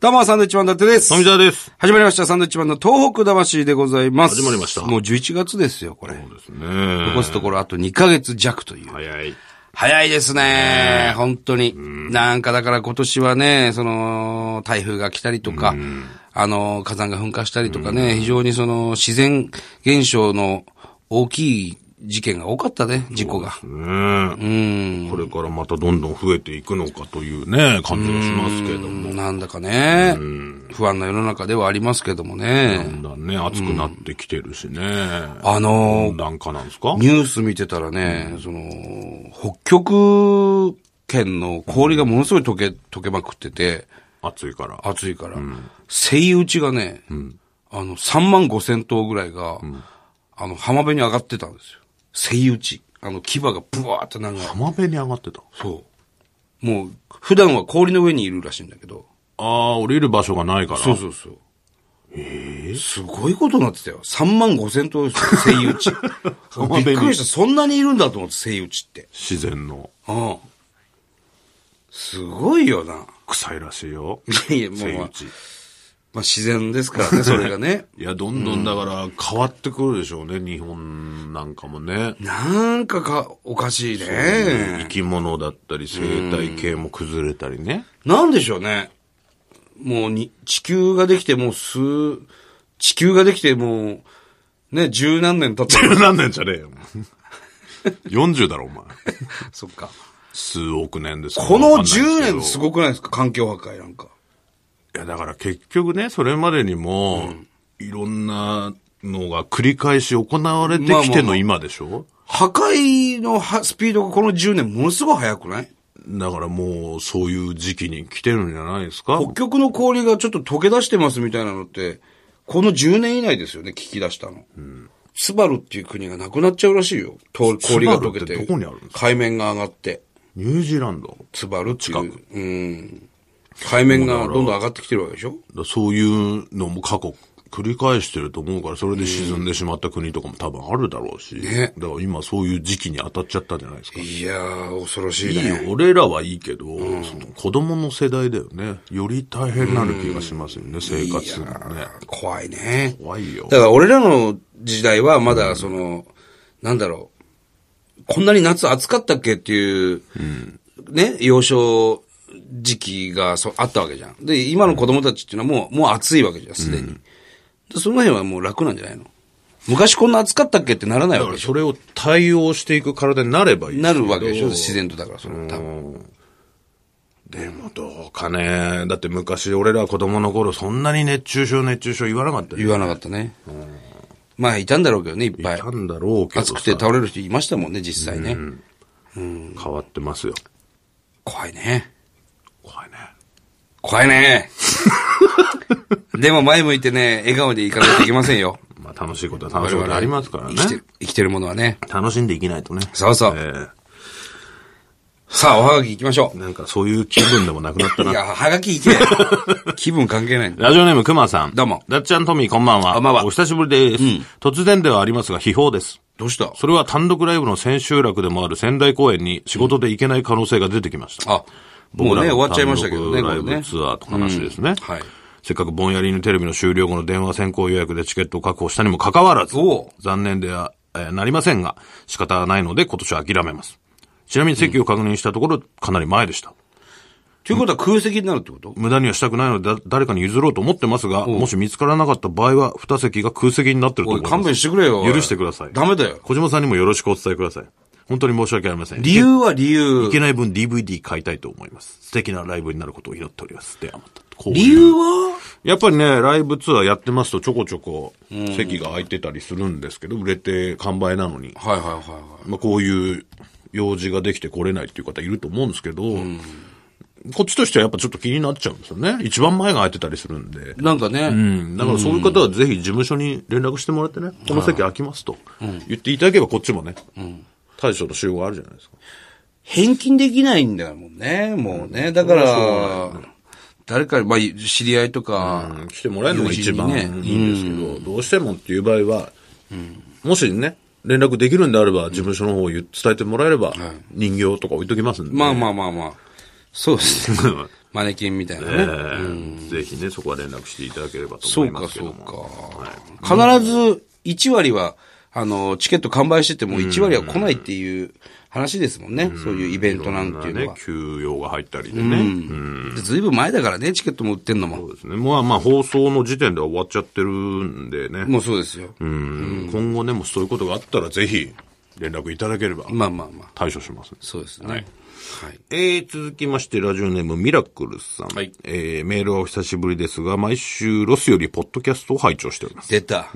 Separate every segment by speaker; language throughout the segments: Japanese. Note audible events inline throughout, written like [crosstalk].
Speaker 1: どうも、サンドウィッチマン伊達です。
Speaker 2: 富
Speaker 1: 始
Speaker 2: 澤です。
Speaker 1: まりました、サンドウィッチマンの東北魂でございます。
Speaker 2: 始まりました
Speaker 1: もう11月ですよ、これ。
Speaker 2: そうですね。
Speaker 1: 残すところあと2ヶ月弱という。
Speaker 2: 早い。
Speaker 1: 早いですね、本当に。なんかだから今年はね、その、台風が来たりとか、あの、火山が噴火したりとかね、非常にその、自然現象の大きい事件が多かったね、事故が。
Speaker 2: ねえこれからまたどんどん増えていくのかというね、感じがしますけども。
Speaker 1: なんだかね、不安な世の中ではありますけども
Speaker 2: だ
Speaker 1: ね。
Speaker 2: んだんね、暑くなってきてるしね。
Speaker 1: あの
Speaker 2: 温暖化なんですか
Speaker 1: ニュース見てたらね、その、北極圏の氷がものすごい溶け、溶けまくってて、
Speaker 2: 暑いから。
Speaker 1: 暑いから、セイウチがね、あの、3万5千頭ぐらいが、あの、浜辺に上がってたんですよ。セイウチ。あの、牙がブワーってなんか、
Speaker 2: 浜辺に上がってた。
Speaker 1: そう。もう、普段は氷の上にいるらしいんだけど、
Speaker 2: ああ、降りる場所がないから。
Speaker 1: そうそうそう。すごいことになってたよ。3万5千頭ですよ、セイウ
Speaker 2: [laughs]
Speaker 1: チ。
Speaker 2: 辺に
Speaker 1: びっくりした。そんなにいるんだと思って、セイウチって。
Speaker 2: 自然の
Speaker 1: うん。すごいよな。
Speaker 2: 臭いらしいよ。
Speaker 1: いやいやもう
Speaker 2: セイウチ
Speaker 1: まあ自然ですから
Speaker 2: [laughs]
Speaker 1: ね、それがね。
Speaker 2: いや、どんどんだから変わってくるでしょうね、日本なんかもね。
Speaker 1: なんかか、おかしい
Speaker 2: 生
Speaker 1: ね。
Speaker 2: き物だったり生態系も崩れたりね。
Speaker 1: なんでしょうね。もうに、地球ができてもう数、地球ができてもう、ね、十何年経って
Speaker 2: [laughs]
Speaker 1: る。
Speaker 2: 何年じゃねえよ。40だろ、お前。
Speaker 1: そっか。
Speaker 2: 数億年ですから
Speaker 1: この
Speaker 2: わかんないですけ
Speaker 1: 10
Speaker 2: ど
Speaker 1: 年すごくないですか環境破壊なんか。
Speaker 2: いや、だから結局ね、それまでにも、いろんなのが繰り返し行われてきての今でしょ、
Speaker 1: 破壊のはスピードがこの10年ものすごい速くない
Speaker 2: だからもう、そういう時期に来てるんじゃないですか
Speaker 1: 北極の氷がちょっと溶け出してますみたいなのって、この10年以内ですよね、聞き出したの。スバルっていう国がなくなっちゃうらしいよ。と氷が溶けて。
Speaker 2: スバルってどこにあるんですか
Speaker 1: 海面が上がって。
Speaker 2: ニュージーランド。
Speaker 1: スバルっていう。
Speaker 2: 近く
Speaker 1: うん。海面がどんどん上がってきてるわけでしょ
Speaker 2: だそういうのも過去繰り返してると思うから、それで沈んでしまった国とかも多分あるだろうし。
Speaker 1: ね
Speaker 2: だから今そういう時期に当たっちゃったんじゃないですか。い
Speaker 1: いやー、恐ろしい
Speaker 2: いよ
Speaker 1: ね。、
Speaker 2: 俺らはいいけど、その子供の世代だよね。より大変になる気がしますよね、生活するのね。
Speaker 1: 怖いね。
Speaker 2: 怖いよ。
Speaker 1: だから俺らの時代はまだその、なんだろう。こんなに夏暑かったっけっていう、ね、幼少時期がそうあったわけじゃん。で、今の子供たちっていうのはもう、もう暑いわけじゃん、すでに。でその辺はもう楽なんじゃないの昔こんな暑かったっけってならない
Speaker 2: だ
Speaker 1: わけ
Speaker 2: から
Speaker 1: でし
Speaker 2: それを対応していく体になればいい
Speaker 1: ょ。
Speaker 2: す
Speaker 1: な
Speaker 2: けど
Speaker 1: るわけでしょ、自然とだから、それは多分。
Speaker 2: でもどうかね。だって昔俺ら子供の頃そんなに熱中症熱中症言わなかったよ。
Speaker 1: 言わなかったね。まあ、いたんだろうけどね、いっぱい
Speaker 2: な。んだろうけど
Speaker 1: 暑
Speaker 2: さ
Speaker 1: くて倒れる人いましたもんね、実際ね。
Speaker 2: 変わってますよ。
Speaker 1: 怖いね。
Speaker 2: 怖いね。
Speaker 1: 怖いね。 [laughs] でも前向いてね、笑顔でいかないといけませんよ。
Speaker 2: まあ楽しいことは楽しいことありますからね。
Speaker 1: 生きてる、生きてるものはね。
Speaker 2: 楽しんでいけないとね。
Speaker 1: そうそう
Speaker 2: え
Speaker 1: さあ、おはがき行きましょ
Speaker 2: えなんかそういう気分でもなくなった
Speaker 1: う。い
Speaker 2: な。
Speaker 1: や、はがき行
Speaker 2: [laughs]
Speaker 1: け。気分関係ない。
Speaker 2: ラジオネームくまさん。
Speaker 1: どうも
Speaker 2: だっちゃんとみーこんばんは。
Speaker 1: こんばんは
Speaker 2: お久しぶりです。突然ではありますが、秘宝です。
Speaker 1: どうした
Speaker 2: それは単独ライブの千秋楽でもある仙台公演に仕事で行けない可能性が出てきました。
Speaker 1: あ、もうね、終わっちゃいましたけどね、
Speaker 2: 僕
Speaker 1: こ
Speaker 2: ら
Speaker 1: れ
Speaker 2: の単独ライ
Speaker 1: ね
Speaker 2: ブ。ツアーとか話ですね。
Speaker 1: はい。
Speaker 2: せっかくぼんやりのテレビの終了後の電話先行予約でチケットを確保したにもかかわらず
Speaker 1: おう、
Speaker 2: 残念では、えーなりませんが、仕方はないので今年は諦めます。ちなみに席を確認したところ、かなり前でした。
Speaker 1: ということは空席になるってこと
Speaker 2: 無駄にはしたくないので、だ誰かに譲ろうと思ってますが、もし見つからなかった場合は、二席が空席になってると
Speaker 1: お
Speaker 2: 思
Speaker 1: い、
Speaker 2: います。
Speaker 1: 勘弁してくれよ。おい
Speaker 2: 許してください。
Speaker 1: ダメだよ。
Speaker 2: 小島さんにもよろしくお伝えください。本当に申し訳ありません。
Speaker 1: 理由は理由
Speaker 2: いけ。ない分 DVD 買いたいと思います。素敵なライブになることを祈っております。ではまた。こういう
Speaker 1: 理由は
Speaker 2: やっぱりね、ライブツアーやってますとちょこちょこ席が空いてたりするんですけど、売れて完売なのに、
Speaker 1: はいはいはいはい。
Speaker 2: まあ、こういう用事ができて来れないっていう方いると思うんですけど、こっちとしてはやっぱちょっと気になっちゃうんですよね。一番前が空いてたりするんで。
Speaker 1: なんか
Speaker 2: う
Speaker 1: ね、
Speaker 2: ん、だからそういう方はぜひ事務所に連絡してもらってね、この席空きますと言っていただければこっちもね、大将と集合あるじゃないですか。
Speaker 1: 返金できないんだもんね、もうね。だから、誰かに、まあ、知り合いとか、
Speaker 2: 来てもらえるのが一番い
Speaker 1: 友
Speaker 2: い
Speaker 1: 人にね
Speaker 2: んですけど、どうしてもっていう場合は、もしね、連絡できるんであれば、事務所の方を言伝えてもらえれば、人形とか置いときますんで。
Speaker 1: [laughs] まあまあまあまあ。そうですね。マネキンみたいなね。
Speaker 2: えーぜひね、そこは連絡していただければと
Speaker 1: そ
Speaker 2: 思いうま
Speaker 1: か、
Speaker 2: すけ
Speaker 1: そ
Speaker 2: ど
Speaker 1: う
Speaker 2: も。
Speaker 1: か。必ず1割は、あの、チケット完売してても1割は来ないっていう話ですもんね。そういうイベントなんてい
Speaker 2: いうろん
Speaker 1: の
Speaker 2: な
Speaker 1: は
Speaker 2: ね、。休養が入ったりでね。うん
Speaker 1: でずいぶん前だからね、チケットも売ってんのも。
Speaker 2: そうですね。まあまあ、放送の時点では終わっちゃってるんでね。
Speaker 1: もうそうですよ。
Speaker 2: うん今後ね、もしそういうことがあったら、ぜひ、連絡いただければ、
Speaker 1: まあまあまあ。
Speaker 2: 対処します。
Speaker 1: そうですね。はい。
Speaker 2: えー、続きまして、ラジオネーム、ミラクルさん。
Speaker 1: はい
Speaker 2: えー、メールはお久しぶりですが、毎週、ロスより、ポッドキャストを拝聴しております。
Speaker 1: 出た。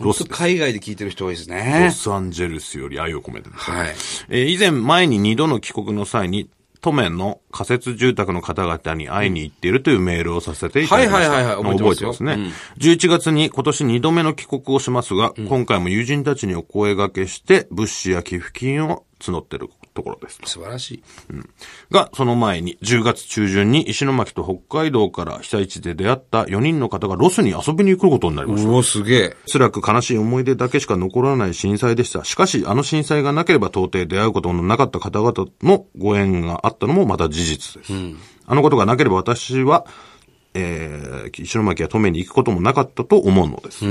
Speaker 1: ロス海外で聞いてる人多いです
Speaker 2: ロ
Speaker 1: ね。
Speaker 2: サンゼルスより愛を込めてですね。
Speaker 1: はい。
Speaker 2: えー以前、前に2度の帰国の際に、都面の仮設住宅の方々に会いに行っているというメールをさせていただきました。
Speaker 1: はいはいはいはい覚えてますよ
Speaker 2: 覚えてますね。11月に今年2度目の帰国をしますが、今回も友人たちにお声掛けして、物資や寄付金を募っているところですと。
Speaker 1: 素晴らしい。
Speaker 2: が、その前に、10月中旬に石巻と北海道から被災地で出会った4人の方がロスに遊びに行くことになりました。
Speaker 1: うお、すげえ。
Speaker 2: 辛く悲しい思い出だけしか残らない震災でした。しかし、あの震災がなければ到底出会うことのなかった方々のご縁があったのもまた事実です。あのことがなければ私は、えー、石巻や登米に行くこともなかったと思うのです。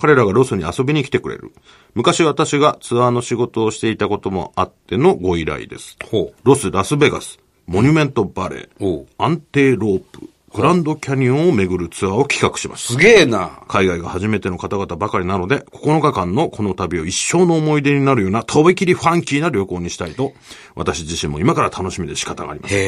Speaker 2: 彼らがロスに遊びに来てくれる。昔私がツアーの仕事をしていたこともあってのご依頼です。
Speaker 1: ほ
Speaker 2: ロス、ラスベガス、モニュメントバレ
Speaker 1: お
Speaker 2: ー
Speaker 1: う、
Speaker 2: 安定ロープ、グランドキャニオンを巡るツアーを企画しました
Speaker 1: う。すげえな。
Speaker 2: 海外が初めての方々ばかりなので、9日間のこの旅を一生の思い出になるような、とびきりファンキーな旅行にしたいと、私自身も今から楽しみで仕方がありません。
Speaker 1: へ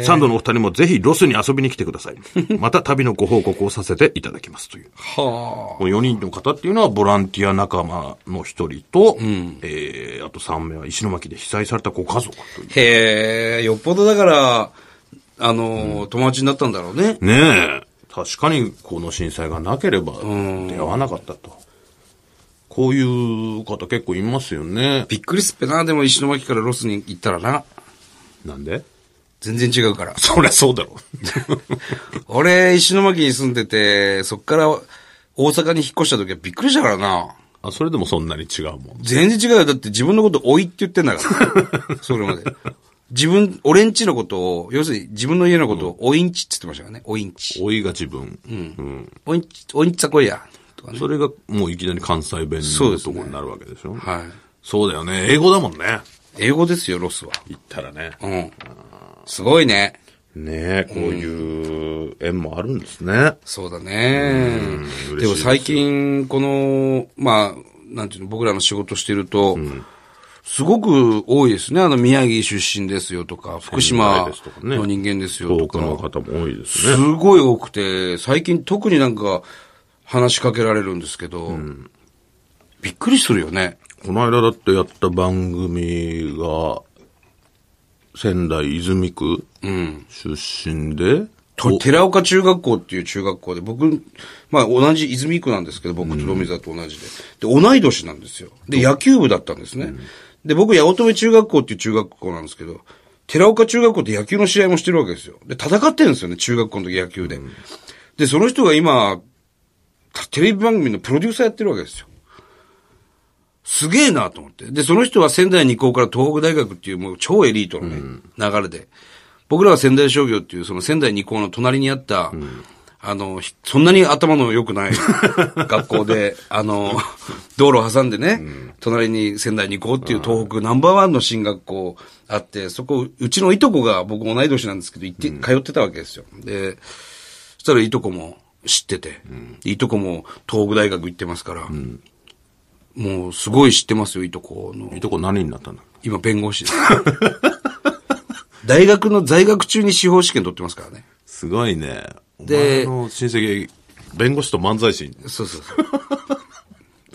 Speaker 1: え。
Speaker 2: サンドのお二人もぜひロスに遊びに来てください。また旅のご報告をさせていただきますという。
Speaker 1: はあ。
Speaker 2: この4人の方っていうのはボランティア仲間の一人と、えー、あと3名は石巻で被災されたご家族という。
Speaker 1: へえ、よっぽどだから、あの、友達になったんだろうね。
Speaker 2: ねえ。確かにこの震災がなければ出会わなかったと。こういう方結構いますよね。
Speaker 1: びっくりすっぺな、でも石巻からロスに行ったらな。
Speaker 2: なんで [laughs]
Speaker 1: 全然違うから。
Speaker 2: そりゃそうだろ。 [laughs]
Speaker 1: 俺、石巻に住んでて、そっから大阪に引っ越した時はびっくりしたからな。
Speaker 2: あ、それでもそんなに違うもん。
Speaker 1: 全然違うよ。だって自分のこと老いって言ってんだ [laughs] から。それまで。自分、俺んちのことを、要するに自分の家のことを、おいんちって言ってましたからね。おいんち。
Speaker 2: 老いが自分。うん。
Speaker 1: おいんち、おいんちさこいや。とかね。
Speaker 2: それがもういきなり関西弁
Speaker 1: そう
Speaker 2: の
Speaker 1: です
Speaker 2: と
Speaker 1: ね
Speaker 2: こになるわけでしょ。
Speaker 1: はい。
Speaker 2: そうだよね。英語だもんね。
Speaker 1: 英語ですよ、ロスは。
Speaker 2: 言ったらね。
Speaker 1: うん。すごいね。
Speaker 2: ねえ、こういう縁もあるんですね。
Speaker 1: そうだね
Speaker 2: 嬉しい。です
Speaker 1: でも最近、この、まあ、なんていうの、僕らの仕事してると、すごく多いですね。あの、宮城出身ですよとか、福島
Speaker 2: ですとかね
Speaker 1: の人間ですよ
Speaker 2: 遠
Speaker 1: と
Speaker 2: く
Speaker 1: か、
Speaker 2: の方も多いですね。
Speaker 1: すごい多くて、最近特になんか話しかけられるんですけど、びっくりするよね。
Speaker 2: この間だってやった番組が、仙台泉区
Speaker 1: うん。
Speaker 2: 出身で、
Speaker 1: と寺岡中学校っていう中学校で、僕、まあ同じ泉区なんですけど、僕と富澤と同じで。で、同い年なんですよ。で、野球部だったんですね。で、僕、八乙女中学校っていう中学校なんですけど、寺岡中学校って野球の試合もしてるわけですよ。で、戦ってるんですよね、中学校の時野球で。で、その人が今、テレビ番組のプロデューサーやってるわけですよ。すげえなと思って。で、その人は仙台二高から東北大学っていうもう超エリートのね、流れで。僕らは仙台商業っていうその仙台二高の隣にあった、あの、ひそんなに頭の良く [laughs] ない学校で、あの、道路を挟んでね、隣に仙台二高っていう東北ナンバーワンの進学校あって、そこ、うちのいとこが僕同い年なんですけど、行って、通ってたわけですよ。で、そしたらいとこも知ってて、いとこも東北大学行ってますから、もうすごい知ってますよ、いとこの
Speaker 2: い。とこ何になったんだっけ
Speaker 1: 今、弁護士です。大学の在学中に司法試験取ってますからね。
Speaker 2: すごいね。
Speaker 1: で
Speaker 2: お前の親戚、弁護士と漫才師
Speaker 1: そうそうそう。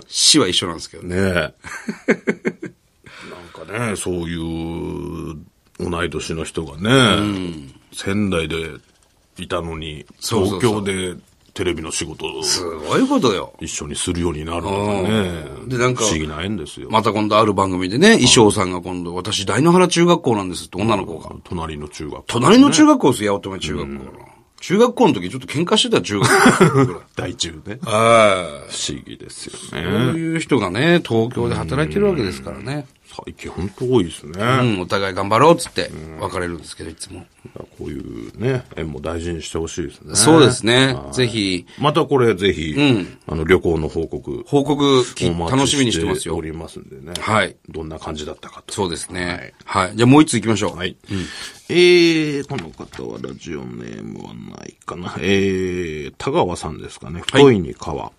Speaker 1: 死は一緒なんですけ [laughs] どね。
Speaker 2: ねえ。なんかね、そういう同い年の人がね、仙台でいたのに、
Speaker 1: そうそ
Speaker 2: 東
Speaker 1: うそ
Speaker 2: 京
Speaker 1: う
Speaker 2: でテレビの仕事を
Speaker 1: すごいことよ。
Speaker 2: 一緒にするようになるのかね
Speaker 1: う。んでなんか
Speaker 2: 不思議な縁ですよ。
Speaker 1: また今度ある番組でね、衣装さんが今度、私、大野原中学校なんですって、女の子が。
Speaker 2: 隣の中学。
Speaker 1: 隣の中学校ですよ、八乙女中学校の。中学校の時ちょっと喧嘩してた中学校。僕ら
Speaker 2: [laughs] 大中ね。
Speaker 1: はい。
Speaker 2: 不思議ですよ
Speaker 1: そう
Speaker 2: ね。
Speaker 1: いう人がね、東京で働いてるわけですからね。
Speaker 2: 最近本当多いですね。
Speaker 1: うん、お互い頑張ろうっつって別れるんですけど、いつも。
Speaker 2: こういうね、縁も大事にしてほしいですね。
Speaker 1: そうですね
Speaker 2: は。い
Speaker 1: ぜひ、
Speaker 2: またこれぜひ、あの、旅行の報告。
Speaker 1: 報告き
Speaker 2: お待ち
Speaker 1: 楽しみにしてます
Speaker 2: お
Speaker 1: よ。
Speaker 2: りますんでね。
Speaker 1: はい。
Speaker 2: どんな感じだったかと。
Speaker 1: そうですね。はい。じゃあもう一つ行きましょう。
Speaker 2: はい。えー、この方はラジオネームはないかな。えー、田川さんですかね。太いに川。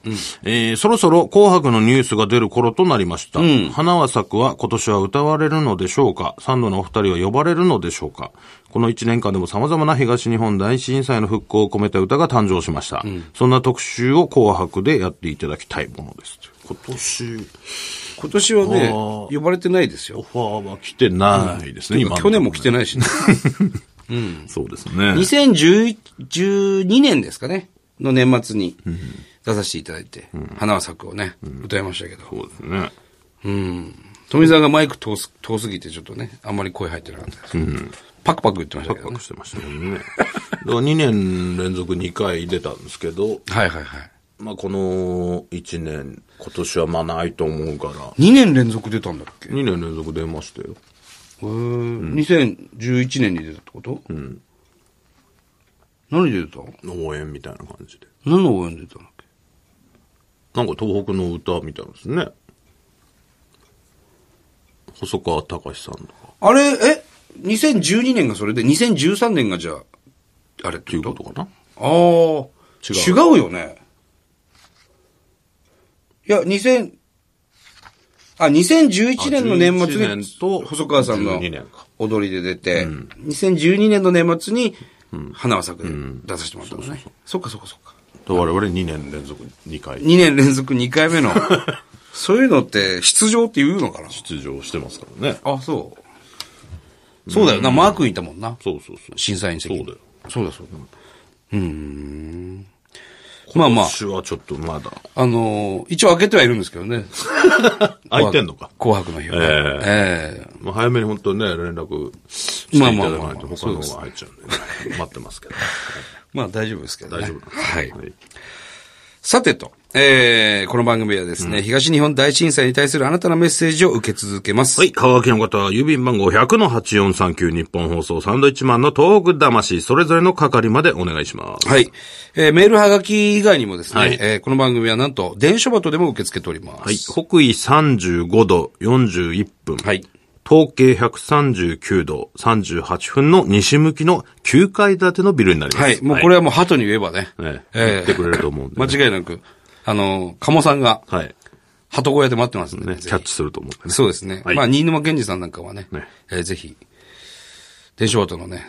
Speaker 2: えー、そろそろ紅白のニュースが出る頃となりました。花は咲くは今年は歌われるのでしょうかサンドのお二人は呼ばれるのでしょうかこの1年間でも様々な東日本大震災の復興を込めた歌が誕生しました。そんな特集を紅白でやっていただきたいものです。今年、
Speaker 1: 今年はね
Speaker 2: あ、
Speaker 1: 呼ばれてないです
Speaker 2: オ
Speaker 1: よ。
Speaker 2: ファーは来てないですね、今のと
Speaker 1: 去
Speaker 2: ころ
Speaker 1: 年も来て
Speaker 2: [laughs]
Speaker 1: ないしね。
Speaker 2: そうですね。
Speaker 1: 2012年ですかね。の年末に出させていただいて、花は咲くをね、歌いましたけど。
Speaker 2: そうですね。
Speaker 1: うん。富澤がマイク遠す遠すぎてちょっとね、あんまり声入ってなかったです。パクパク言ってましたけど
Speaker 2: パ
Speaker 1: ね
Speaker 2: ク。してましたもんね。 [laughs] だから2年連続2回出たんですけど、
Speaker 1: はいはいはい。
Speaker 2: まあこの1年、今年はまあないと思うから、
Speaker 1: 2年連続出たんだっけへ
Speaker 2: 2年連続出ましたよ。
Speaker 1: え2011年に出たってことうん。何で出たの
Speaker 2: 応援みたいな感じで。
Speaker 1: 何の応援で出たんだっけ
Speaker 2: なんか東北の歌みたいなんですね。細川隆さんとか、
Speaker 1: あれ、え ?2012 年がそれで、2013年がじゃあ、あれっ
Speaker 2: と
Speaker 1: て
Speaker 2: い
Speaker 1: いううこと
Speaker 2: こ
Speaker 1: と
Speaker 2: かな。
Speaker 1: ああ、
Speaker 2: 違
Speaker 1: 違
Speaker 2: う
Speaker 1: うよね。いや、2000、あ、2011年の年
Speaker 2: 11
Speaker 1: 末に
Speaker 2: 年と
Speaker 1: 細川さんの
Speaker 2: 12年か
Speaker 1: 踊りで出て、2012年の年末に花は咲くで出させてもらったのね。そっかそっかそっか。
Speaker 2: と我々2年連続2回
Speaker 1: 2年連続2回目の、 [laughs] そういうのって出場って言うのかな
Speaker 2: 出場してますからね。
Speaker 1: あ、そう。そうだよな、マー君いたもんな。
Speaker 2: そうそうそう。
Speaker 1: 審査員席に
Speaker 2: そうだよ。
Speaker 1: そうだそうだ。うーん。まあまあ
Speaker 2: 今、年はちょっとまだ、
Speaker 1: あのー一応開けてはいるんですけどね。
Speaker 2: 空いてんのか。
Speaker 1: 紅白の日は。
Speaker 2: え
Speaker 1: ええ
Speaker 2: まあ、早めに本当にね、連絡していただ
Speaker 1: まあまあま
Speaker 2: か
Speaker 1: あ
Speaker 2: ないと
Speaker 1: まあ
Speaker 2: 他の方が入っちゃうんで、ね、待ってますけど。
Speaker 1: まあ大丈夫ですけど、
Speaker 2: 大
Speaker 1: ね。
Speaker 2: 丈夫なんです
Speaker 1: はい。
Speaker 2: ねはい。
Speaker 1: さてと、えー、この番組はですね、東日本大震災に対するあなたのメッセージを受け続けます。
Speaker 2: はい。香川県の方は、郵便番号100-8439日本放送サンドイッチマンの東北魂、それぞれの係までお願いします。
Speaker 1: はい。えーメールはがき以外にもですね、
Speaker 2: はい
Speaker 1: えーこの番組はなんと、電書バトでも受け付けております。
Speaker 2: はい。北緯35度41分。
Speaker 1: はい。
Speaker 2: 東経139度38分の西向きの9階建てのビルになります。
Speaker 1: はい。もうこれはもう鳩に言えばね。
Speaker 2: ね
Speaker 1: ええ
Speaker 2: 言ってくれると思うんでね
Speaker 1: 間違いなく、あの、鴨さんが
Speaker 2: はい。はい。
Speaker 1: 鳩小屋で待ってますんで。
Speaker 2: ね、
Speaker 1: ぜ
Speaker 2: キ
Speaker 1: ひ
Speaker 2: ャッチすると思うんでね。
Speaker 1: そうですね。
Speaker 2: はい
Speaker 1: まあ、新沼健治さんなんかはね、
Speaker 2: ね
Speaker 1: えーぜひ、電子バトのね、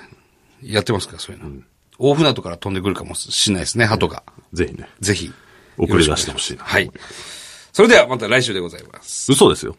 Speaker 1: やってますから、そういうの。大船渡から飛んでくるかもしれないですね、鳩が。
Speaker 2: ぜひね。
Speaker 1: ぜひ。
Speaker 2: 送り出してほしいな
Speaker 1: はい。それではまた来週でございます。
Speaker 2: 嘘ですよ。